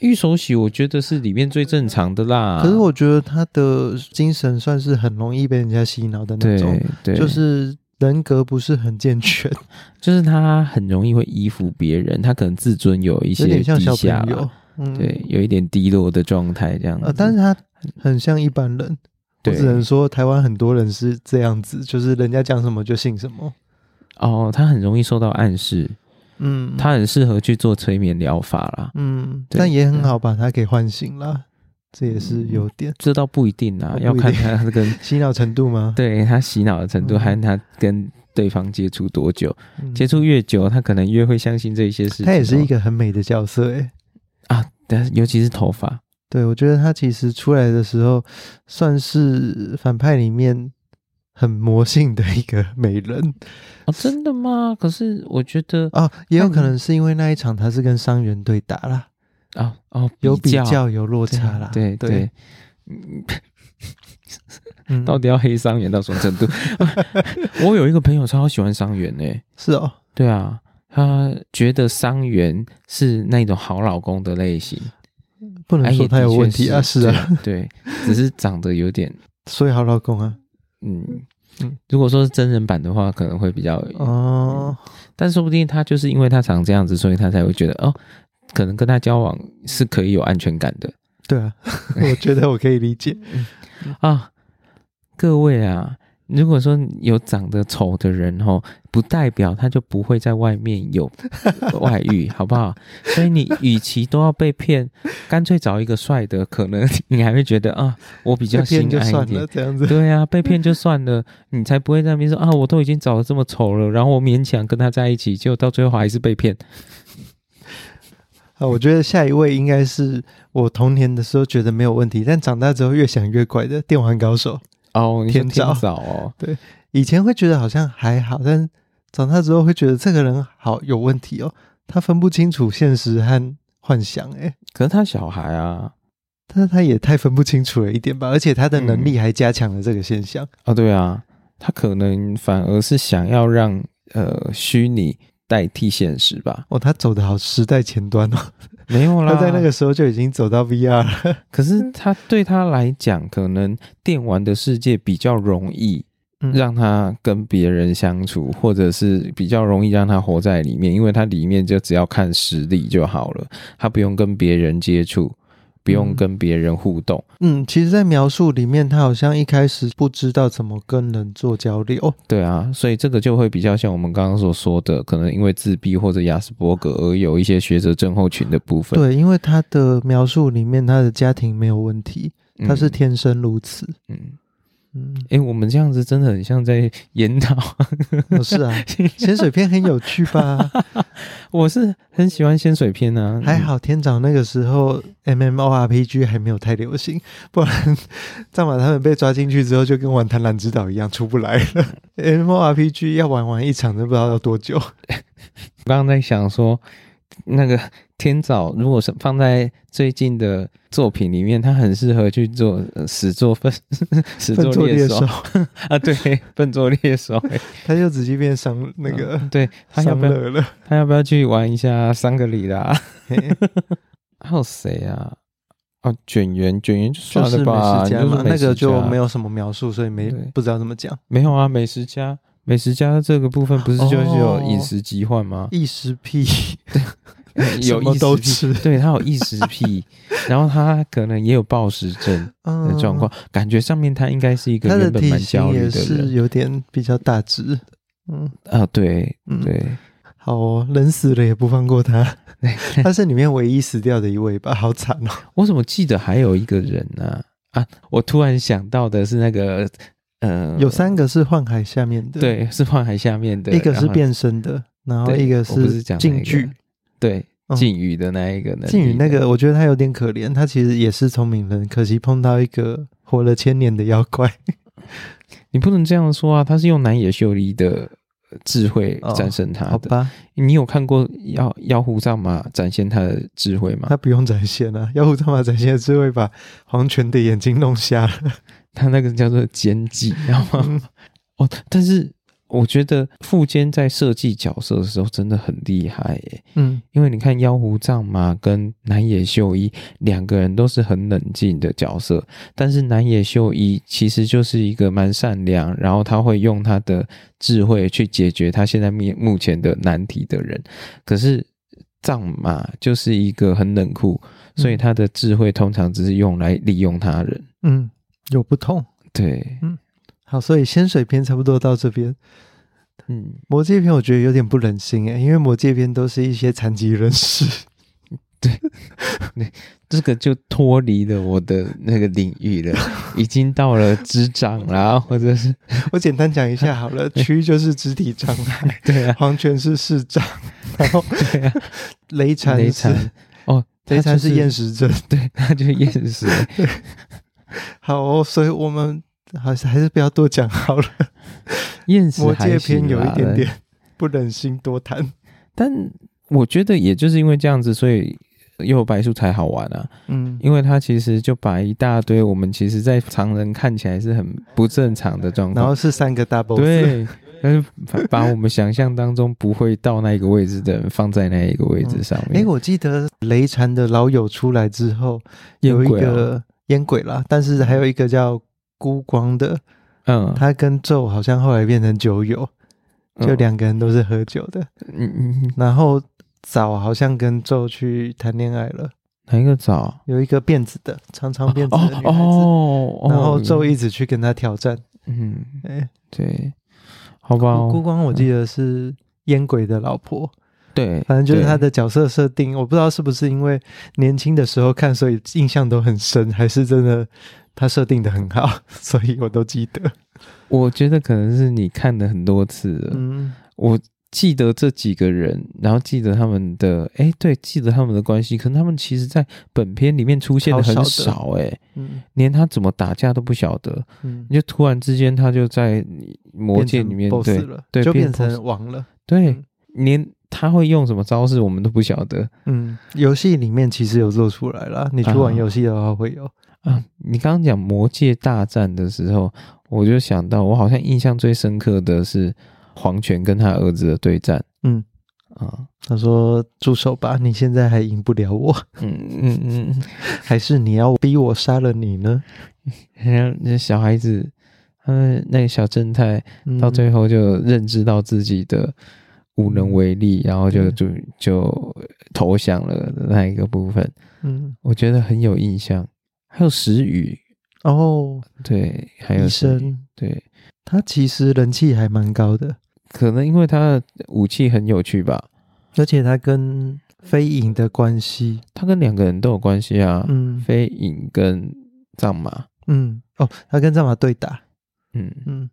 Speaker 2: 玉手洗，我觉得是里面最正常的啦。
Speaker 1: 可是我觉得他的精神算是很容易被人家洗脑的那种
Speaker 2: 对，对，
Speaker 1: 就是人格不是很健全，
Speaker 2: 就是他很容易会依附别人，他可能自尊有一
Speaker 1: 有
Speaker 2: 些
Speaker 1: 点像小
Speaker 2: 低
Speaker 1: 朋
Speaker 2: 下啦
Speaker 1: 友。嗯，
Speaker 2: 对，有一点低落的状态这样子。
Speaker 1: 呃，但是他很像一般人。我
Speaker 2: 对
Speaker 1: 只能说，台湾很多人是这样子，就是人家讲什么就信什么。
Speaker 2: 哦，他很容易受到暗示，
Speaker 1: 嗯，
Speaker 2: 他很适合去做催眠疗法啦。
Speaker 1: 嗯，
Speaker 2: 对嗯
Speaker 1: 但也很好把他给唤醒了，这也是有点
Speaker 2: 这倒不一定啦，
Speaker 1: 哦不
Speaker 2: [laughs] 要
Speaker 1: 一定
Speaker 2: 看他跟
Speaker 1: [laughs] 洗脑程度吗？
Speaker 2: 对他洗脑的程度，
Speaker 1: 嗯
Speaker 2: 还有他跟对方接触多久。
Speaker 1: 嗯
Speaker 2: 接触越久，他可能越会相信这一些事情哦。
Speaker 1: 他也是一个很美的角色诶、
Speaker 2: 啊，但是尤其是头发，
Speaker 1: 对，我觉得他其实出来的时候算是反派里面很魔性的一个美
Speaker 2: [laughs]
Speaker 1: 人
Speaker 2: 哦，真的吗？可是我觉得
Speaker 1: 啊，也有可能是因为那一场他是跟伤员对打啦，
Speaker 2: 啊哦，
Speaker 1: 有比
Speaker 2: 较
Speaker 1: 较有落差啦。
Speaker 2: 对
Speaker 1: 对，
Speaker 2: 对，
Speaker 1: 嗯，
Speaker 2: 到底要黑伤员到什么程度？ [laughs] 我有一个朋友超喜欢伤员呢、
Speaker 1: 是哦，
Speaker 2: 对啊，他觉得伤员是那种好老公的类型，
Speaker 1: 不能
Speaker 2: 哎
Speaker 1: 说
Speaker 2: 也
Speaker 1: 他有
Speaker 2: 的确
Speaker 1: 问题啊，是啊，
Speaker 2: 对，对，只是长得有点，
Speaker 1: 所以好老公啊，
Speaker 2: 嗯
Speaker 1: 嗯。
Speaker 2: 如果说是真人版的话，可能会比较，
Speaker 1: 哦，
Speaker 2: 但说不定他就是因为他长这样子，所以他才会觉得哦，可能跟他交往是可以有安全感的
Speaker 1: 对啊，[laughs]
Speaker 2: 嗯
Speaker 1: 我觉得我可以理解。嗯
Speaker 2: 啊。各位啊，如果说有长得丑的人哦，不代表他就不会在外
Speaker 1: [laughs]
Speaker 2: 面有外遇，好不好？所以你与其都要被骗，干脆找一个帅的，可能 [laughs] 你还会觉得啊，我 [laughs] 比较
Speaker 1: 被骗
Speaker 2: 心
Speaker 1: 就
Speaker 2: 安一
Speaker 1: 算
Speaker 2: 点
Speaker 1: 了，。这样子。
Speaker 2: 对啊，被骗就算了，你才不会在那边说啊，我都已经找的这么丑了，然后我勉强跟他在一起，结果到最后还是被骗。
Speaker 1: 啊，我觉得下一位应该是我童年的时候觉得没有问题，但长大之后越想越怪的电玩高手。
Speaker 2: 哦，你说
Speaker 1: 天
Speaker 2: [laughs] 天
Speaker 1: 照
Speaker 2: 早哦，
Speaker 1: 以前会觉得好像还好，但长大之后会觉得这个人好有问题哦，他分不清楚现实和幻想、欸，诶，
Speaker 2: 可是他小孩啊，
Speaker 1: 但是他也太分不清楚了一点吧，而且他的能
Speaker 2: 嗯
Speaker 1: 力还加强了这个现象。
Speaker 2: 啊，对啊，他可能反而是想要让呃虚拟代替现实吧？
Speaker 1: 哦，他走的好时代前端哦，
Speaker 2: 没有啦，
Speaker 1: 他在那个，时候就已经走到 VR 了。
Speaker 2: 可是他对他来讲，可能电玩的世界比较容易
Speaker 1: 嗯
Speaker 2: 让他跟别人相处，或者是比较容易让他活在里面，因为他里面就只要看实力就好了，他不用跟别人接触，不用
Speaker 1: 嗯
Speaker 2: 跟别人互动。
Speaker 1: 嗯，其实，在描述里面，他好像一开始不知道怎么跟人做交流。哦
Speaker 2: 对啊，所以这个就会比较像我们刚刚所说的，可能因为自闭或者亚斯伯格而有一些学者症候群的部分。
Speaker 1: 对，因为他的描述里面，他的家庭没有问题，
Speaker 2: 嗯，
Speaker 1: 他是天生如此。
Speaker 2: 嗯，
Speaker 1: 嗯，
Speaker 2: 哎、我们这样子真的很像在研讨。 [laughs]
Speaker 1: 哦是啊，潜水片很有趣吧？
Speaker 2: 我是很喜欢仙水片啊，
Speaker 1: 还好天长那个时候 MMORPG 还没有太流行， [laughs] 不然战马他们被抓进去之后，就跟玩《贪婪之岛》一样出不来了。MMORPG 要玩完一场都不知道要多久。
Speaker 2: 我刚刚在想说，那个 [laughs] 天早如果是放在最近的作品里面，它很适合去做呃始作分 [laughs] 始
Speaker 1: 笨
Speaker 2: 作
Speaker 1: 拙
Speaker 2: 猎
Speaker 1: 猎
Speaker 2: 手
Speaker 1: 手，
Speaker 2: 啊，对， [laughs] 笨拙猎手、欸
Speaker 1: 他就直接变商 [laughs] 那个
Speaker 2: 嗯对他要
Speaker 1: 商
Speaker 2: 不要
Speaker 1: 乐 [laughs] 了。
Speaker 2: 他要不要去玩一下桑格里拉？还有谁啊？哦，卷圆卷圆就算
Speaker 1: 是美
Speaker 2: 了吧，
Speaker 1: 食
Speaker 2: 你
Speaker 1: 家
Speaker 2: 就是
Speaker 1: 嘛，那个就没
Speaker 2: 有
Speaker 1: 有什么描述，所以没
Speaker 2: 对
Speaker 1: 不知道怎么讲。
Speaker 2: 没有啊，美食家。美食家这个部分不是就是有
Speaker 1: 哦
Speaker 2: 饮食疾患
Speaker 1: [laughs]
Speaker 2: 吗？
Speaker 1: 异食癖， [laughs]
Speaker 2: 有
Speaker 1: 什么
Speaker 2: 异
Speaker 1: 都
Speaker 2: 食
Speaker 1: 吃
Speaker 2: 癖，对他有异食癖， [laughs] 然后他可能也有暴食症的
Speaker 1: 嗯，
Speaker 2: 状况，感觉上面他应该是一个
Speaker 1: 他的
Speaker 2: 原本
Speaker 1: 体
Speaker 2: 蛮
Speaker 1: 型
Speaker 2: 焦虑
Speaker 1: 也
Speaker 2: 的
Speaker 1: 是
Speaker 2: 人
Speaker 1: 有点比较大只。嗯，
Speaker 2: 啊，对
Speaker 1: 嗯
Speaker 2: 对，
Speaker 1: 好哦，人死了也不放过
Speaker 2: [laughs]
Speaker 1: 他，他是里面唯一死掉的一位吧？好惨哦！
Speaker 2: 我怎么记得还有一个人呢？啊，我突然想到的是那个，呃，
Speaker 1: 有三个是幻海下面的，，
Speaker 2: 对，是幻海下面的，
Speaker 1: 一个
Speaker 2: 然
Speaker 1: 是
Speaker 2: 后
Speaker 1: 变身的，然后
Speaker 2: 对
Speaker 1: 一个
Speaker 2: 我不是讲那
Speaker 1: 禁
Speaker 2: 个
Speaker 1: 剧。
Speaker 2: 对
Speaker 1: 嗯
Speaker 2: 靖宇的那一个能力的，
Speaker 1: 靖宇那个，我觉得他有点可怜，他其实也是聪明人，可惜碰到一个活了千年的妖怪。
Speaker 2: 你不能这样说啊，他是用南野秀一的呃智慧
Speaker 1: 哦
Speaker 2: 战胜他
Speaker 1: 好
Speaker 2: 的。
Speaker 1: 吧，
Speaker 2: 你有看过妖妖狐藏马展现他的智慧吗
Speaker 1: 他？不用展现啊，妖狐战马展现的智慧把黄泉的眼睛弄瞎了。
Speaker 2: 他那个叫做奸计，你知道吗？哦，但是我觉得富坚在设计角色的时候真的很厉害耶，
Speaker 1: 嗯，
Speaker 2: 因为你看妖狐藏马跟南野秀一两个人都是很冷静的角色，但是南野秀一其实就是一个蛮善良，然后他会用他的智慧去解决他现在面目前的难题的人，可是。藏马就是一个很冷酷，所以他的智慧通常只是用来利用他人。
Speaker 1: 嗯，有不同。
Speaker 2: 对，
Speaker 1: 好，所以仙水篇差不多到这边，
Speaker 2: 嗯，
Speaker 1: 魔界篇我觉得有点不忍心欸诶，因为魔界篇都是一些残疾人士。
Speaker 2: 这个就脱离了我的那个领
Speaker 1: [laughs]
Speaker 2: 域了，已经到了智障啦，或者是，
Speaker 1: 我简单讲一下好了，蛆就是肢体障碍
Speaker 2: 对啊，
Speaker 1: 黄泉是视障，然后
Speaker 2: 对
Speaker 1: [laughs]
Speaker 2: 啊，
Speaker 1: 雷禅
Speaker 2: 雷
Speaker 1: 是
Speaker 2: 禅哦，
Speaker 1: 雷
Speaker 2: 他
Speaker 1: 禅
Speaker 2: 就是
Speaker 1: 厌，食症。
Speaker 2: 对， [laughs] 他就是厌
Speaker 1: [laughs]
Speaker 2: 食，
Speaker 1: 好哦，所以我们还是还是不要多讲好了。
Speaker 2: 厌食
Speaker 1: 魔
Speaker 2: 还
Speaker 1: 界
Speaker 2: 行
Speaker 1: 篇有一
Speaker 2: 啦
Speaker 1: 点，点不忍心多
Speaker 2: [laughs]
Speaker 1: 谈。
Speaker 2: 但我觉得也就是因为这样子，所以。又有白素才好玩啊，
Speaker 1: 嗯
Speaker 2: 因为他其实就把一大堆我们其实，在常人看起来是很不正常的状
Speaker 1: 然
Speaker 2: 况
Speaker 1: 后，是三个大 boss，，
Speaker 2: 对，但是把把我们想象当中不会到那一个位置的人放在那一个位置上
Speaker 1: 哎、
Speaker 2: 面。
Speaker 1: 我记得雷禅的老友出来之后，
Speaker 2: 烟
Speaker 1: 有一
Speaker 2: 鬼啊
Speaker 1: 个烟鬼啦，但是还有一个叫孤光的，
Speaker 2: 嗯，
Speaker 1: 他跟纣好像后来变成酒友，就两个人都是喝酒的。
Speaker 2: 嗯嗯，嗯
Speaker 1: 然后早好像跟纣去谈恋爱了，
Speaker 2: 哪一个早？
Speaker 1: 有一个辫子的，长长辫子的女孩子，
Speaker 2: 哦哦，
Speaker 1: 然后纣一直去跟他挑战。
Speaker 2: 嗯，
Speaker 1: 哎、
Speaker 2: 对，好吧
Speaker 1: 孤，孤光我记得是烟鬼的老婆，
Speaker 2: 嗯对，
Speaker 1: 反正就是
Speaker 2: 对
Speaker 1: 他的角色设定，我不知道是不是因为年轻的时候看，所以印象都很深，还是真的他设定的很好， [laughs] 所以我都记得。
Speaker 2: 我觉得可能是你看了很多次了，
Speaker 1: 嗯，
Speaker 2: 我记得这几个人，然后记得他们的，哎，对，记得他们的关系，可是他们其实在本片里面出现的
Speaker 1: 超
Speaker 2: 很
Speaker 1: 少的
Speaker 2: 少，哎，
Speaker 1: 嗯
Speaker 2: 连他怎么打架都不晓得，
Speaker 1: 嗯，
Speaker 2: 你就突然之间他就在魔
Speaker 1: 变
Speaker 2: 界
Speaker 1: 成
Speaker 2: 里面，
Speaker 1: boss
Speaker 2: 对
Speaker 1: 了，
Speaker 2: 对
Speaker 1: 就
Speaker 2: 变
Speaker 1: 变
Speaker 2: boss
Speaker 1: 成王了。
Speaker 2: 对
Speaker 1: 嗯，
Speaker 2: 连他会用什么招式我们都不晓得，
Speaker 1: 嗯，游戏里面其实有做出来啦，你去玩
Speaker 2: 啊
Speaker 1: 游戏的话会有。
Speaker 2: 啊，你刚刚讲《魔界大战》的时候，我就想到，我好像印象最深刻的是黄权跟他儿子的对战。
Speaker 1: 嗯
Speaker 2: 啊，
Speaker 1: 他说：“住手吧，你现在还赢不了我， [laughs]
Speaker 2: 嗯嗯嗯
Speaker 1: 还是你要逼我杀了你呢
Speaker 2: 嗯，然后那小孩子，他们那个小正太？”
Speaker 1: 嗯
Speaker 2: 到最后就认知到自己的无能为力，
Speaker 1: 嗯
Speaker 2: 然后就就就投降了的那一个部分，
Speaker 1: 嗯，
Speaker 2: 我觉得很有印象。还有石宇，
Speaker 1: 哦，
Speaker 2: 对，还有
Speaker 1: 医
Speaker 2: 石宇，
Speaker 1: 生
Speaker 2: 对，
Speaker 1: 他其实人气还蛮高的，
Speaker 2: 可能因为他的武器很有趣吧。
Speaker 1: 而且他跟飞影的关系，
Speaker 2: 他跟两个人都有关系啊，
Speaker 1: 嗯
Speaker 2: 飞影跟藏马，
Speaker 1: 嗯，哦，他跟战马对打，
Speaker 2: 嗯，
Speaker 1: 嗯，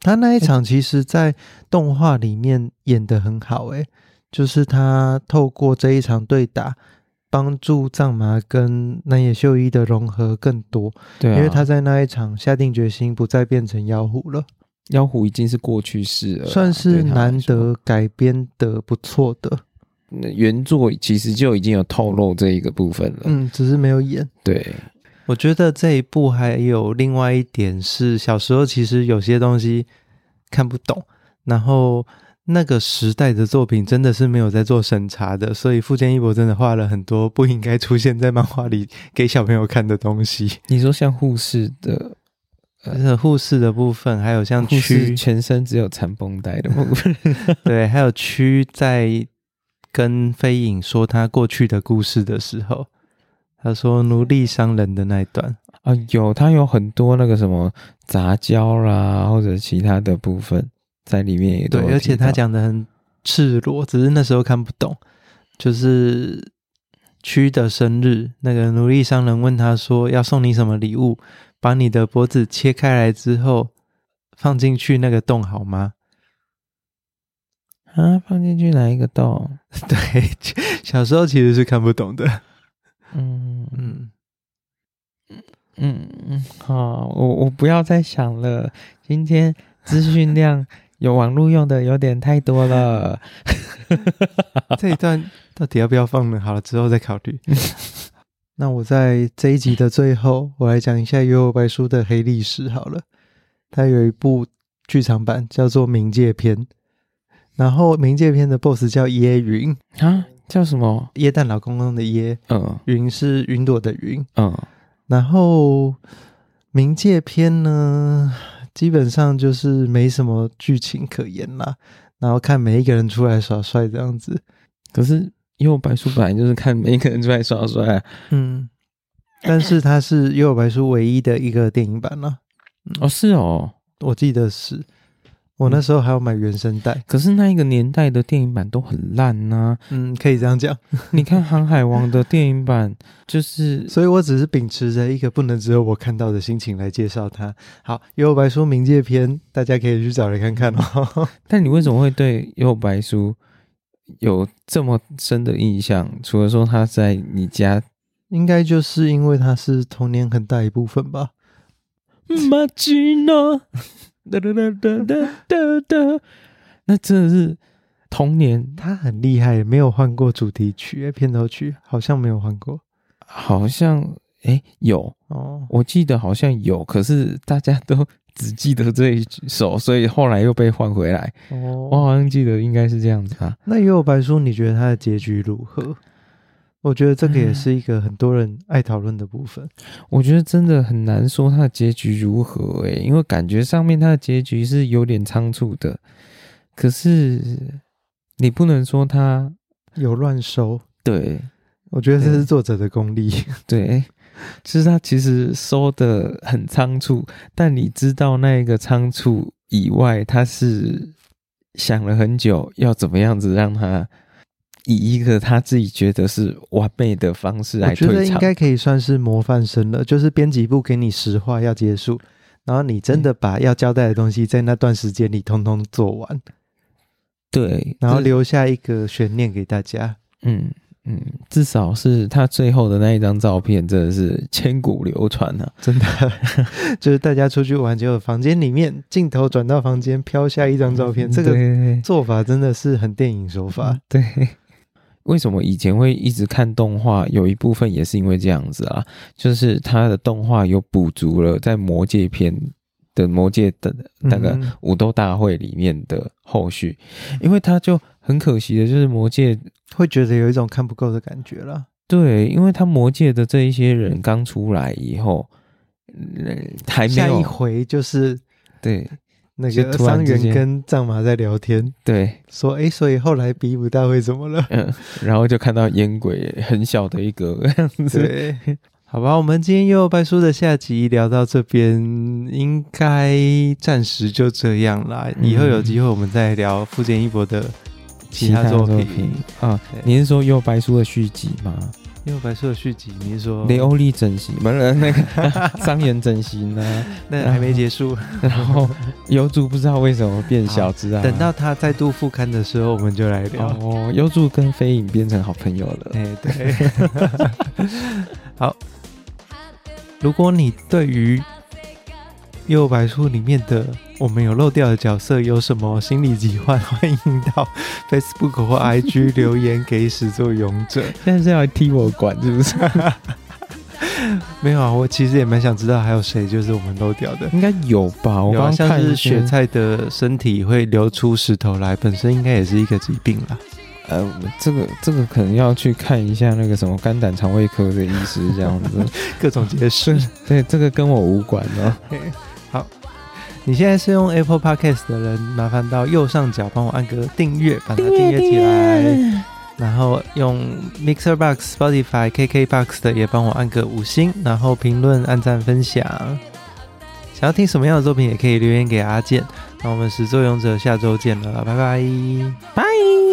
Speaker 1: 他那一
Speaker 2: 哎
Speaker 1: 场其实，在动画里面演得很好、诶，就是他透过这一场对打，帮助藏马跟南野秀一的融合更多，
Speaker 2: 对啊，
Speaker 1: 因为他在那一场下定决心不再变成妖狐了，
Speaker 2: 妖狐已经是过去式了啦，
Speaker 1: 算是
Speaker 2: 啊对他来
Speaker 1: 难
Speaker 2: 说
Speaker 1: 得改编的不错的。
Speaker 2: 那原作其实就已经有透露这一个部分了。
Speaker 1: 嗯，只是没有演。
Speaker 2: 对，
Speaker 1: 我觉得这一部还有另外一点是，小时候其实有些东西看不懂，然后那个时代的作品真的是没有在做审查的，所以富坚义博真的画了很多不应该出现在漫画里给小朋友看的东西，
Speaker 2: 你说像护士的
Speaker 1: 就是护士的部分，还有像
Speaker 2: 呃护士
Speaker 1: 蛆，
Speaker 2: 全身只有缠绷带的部分，
Speaker 1: 对，还有蛆在跟飞影说他过去的故事的时候，他说奴隶商人的那一段，
Speaker 2: [laughs] 啊，有它有很多那个什么杂交啦，或者其他的部分在里面也都
Speaker 1: 对，
Speaker 2: 有
Speaker 1: 而
Speaker 2: 提
Speaker 1: 且他
Speaker 2: 到
Speaker 1: 讲的很赤裸，只是那时候看不懂。就是蛆的生日，那个奴隶商人问他说要送你什么礼物，把你的脖子切开来之后放进去那个洞好吗？ [laughs]
Speaker 2: 啊，放进去哪一个洞？
Speaker 1: 对， [laughs] 小时候其实是看不懂的。
Speaker 2: 嗯
Speaker 1: 嗯，
Speaker 2: 嗯嗯，好，我我不要再想了，今天资讯量有网络用的有点太多了。
Speaker 1: 这一段到底要不要放呢？好了，之后再考虑。那我在这一集的最后，我来讲一下《幽游白书》的黑历史好了。它有一部剧场版叫做《冥界篇》，然后《冥界篇》的 BOSS 叫耶云，
Speaker 2: [laughs] 啊，叫什么？
Speaker 1: 耶诞老公公的耶，
Speaker 2: 嗯
Speaker 1: 云是云朵的云。
Speaker 2: 嗯，
Speaker 1: 然后《冥界篇》呢，基本上就是没什么剧情可言啦，然后看每一个人出来耍帅这样子。
Speaker 2: 可是因为白书本来就是看每一个人出来耍帅啊
Speaker 1: 嗯，但是它是《幽游白书》唯一的一个电影版了，
Speaker 2: 哦，是哦。
Speaker 1: 我记得是。我那时候还要买原声带，
Speaker 2: 可是那一个年代的电影版都很烂呐、 [laughs]
Speaker 1: 嗯，可以这样讲。
Speaker 2: 你看《航海王》的电影版，就是
Speaker 1: 所以我只是秉持着一个不能只有我看到的心情来介绍它。好，《幽游白书》冥界篇，大家可以去找来看看哦。 [laughs]
Speaker 2: 但你为什么会对右白书有这么深的印象？除了说他在你家，
Speaker 1: 应该就是因为它是童年很大一部分吧。
Speaker 2: 马吉诺， [laughs] 哒哒哒哒哒哒哒，那真的是童年，
Speaker 1: 它很厉害，没有换过主题曲、诶片头曲，好像没有换过
Speaker 2: 好像哎、诶有，
Speaker 1: 哦。
Speaker 2: 我记得好像有，可是大家都只记得这一首，所以后来又被换回来。我
Speaker 1: 哦，
Speaker 2: 好像记得应该是这样子啊。
Speaker 1: 那《幽游白书》，你觉得它的结局如何？我觉得这个也是一个很多人爱讨论的部分。
Speaker 2: 我觉得真的很难说它的结局如何诶、因为感觉上面它的结局是有点仓促的，可是你不能说它
Speaker 1: 有乱收，
Speaker 2: 对
Speaker 1: 我觉得这
Speaker 2: 对
Speaker 1: 是作者的功力。
Speaker 2: 对，就是它其实收的很仓促，但你知道那个仓促以外，它是想了很久要怎么样子让它以一个他自己觉得是完美的方式来
Speaker 1: 我觉得
Speaker 2: 退
Speaker 1: 应
Speaker 2: 场。
Speaker 1: 该可以算是模范生了，就是编辑部给你实话要结束，然后你
Speaker 2: 嗯
Speaker 1: 真的把要交代的东西在那段时间里通通做完，
Speaker 2: 对，
Speaker 1: 然后
Speaker 2: 这
Speaker 1: 留下一个悬念给大家。
Speaker 2: 嗯，嗯，至少是他最后的那一张照片，真的是千古流传啊！
Speaker 1: 真的，就是大家出去玩，结果房间里面镜头转到房间，飘下一张照片，这个
Speaker 2: 嗯对
Speaker 1: 做法真的是很电影手法。
Speaker 2: 嗯对， [laughs] 为什么以前会一直看动画？有一部分也是因为这样子啊，就是他的动画有补足了在魔界篇的魔界的那个
Speaker 1: 嗯哼
Speaker 2: 武斗大会里面的后续，因为他就很可惜的就是魔界
Speaker 1: 会觉得有一种看不够的感觉啦。
Speaker 2: 对，因为他魔界的这一些人刚出来以后，嗯还没
Speaker 1: 下一
Speaker 2: 有
Speaker 1: 回就是
Speaker 2: 对
Speaker 1: 那
Speaker 2: 就
Speaker 1: 个
Speaker 2: 突然
Speaker 1: 桑
Speaker 2: 之间
Speaker 1: 园跟藏马在聊天，
Speaker 2: 对。
Speaker 1: 说：“诶，所以后来比武大会怎么了？”
Speaker 2: 嗯，然后就看到烟鬼很小的一个 [laughs] 样子，
Speaker 1: 对， [laughs] 好吧，我们今天又白书的下集聊到这边，应该暂时就这样啦。
Speaker 2: 嗯
Speaker 1: 以后有机会我们再聊富坚义博的其他作品。
Speaker 2: 啊
Speaker 1: 对，
Speaker 2: 你是说《又白书》的续集吗？
Speaker 1: 又白书的续集，你是说
Speaker 2: 雷欧利整形，不是那个 [laughs] 桑原整形呢？
Speaker 1: 那还没结束，
Speaker 2: 然后尤助不知道为什么变小只啊？
Speaker 1: 等到他再度复刊的时候，我们就来聊。
Speaker 2: 哦，尤助跟飞影变成好朋友了。
Speaker 1: 哎、对，
Speaker 2: [laughs]
Speaker 1: 好。如果你对于《幽白书》里面的我们有漏掉的角色有什么心理疾患，欢迎到 [laughs] Facebook 或 IG 留言给始作俑
Speaker 2: [laughs]
Speaker 1: 者。
Speaker 2: 现在是要踢我管是不是？
Speaker 1: 没有啊，我其实也蛮想知道还有谁就是我们漏掉的。
Speaker 2: 应该有吧？我
Speaker 1: 有啊
Speaker 2: 刚刚
Speaker 1: 像
Speaker 2: 看
Speaker 1: 是
Speaker 2: 一
Speaker 1: 雪
Speaker 2: 些，
Speaker 1: 菜的身体会流出石头来，本身应该也是一个疾病啦。
Speaker 2: 呃，这个这个可能要去看一下那个什么肝胆肠胃科的医师这样子。 [laughs]
Speaker 1: 各种解释。
Speaker 2: 对，这个跟我无关哦。
Speaker 1: [laughs] 你现在是用 Apple Podcast 的人，麻烦到右上角帮我按个订阅，把它订阅起来。然后用 Mixer Box、Spotify、KK Box 的也帮我按个五星，然后评论、按赞、分享。想要听什么样的作品，也可以留言给阿健。那我们始作俑者下周见了，拜拜。
Speaker 2: 拜。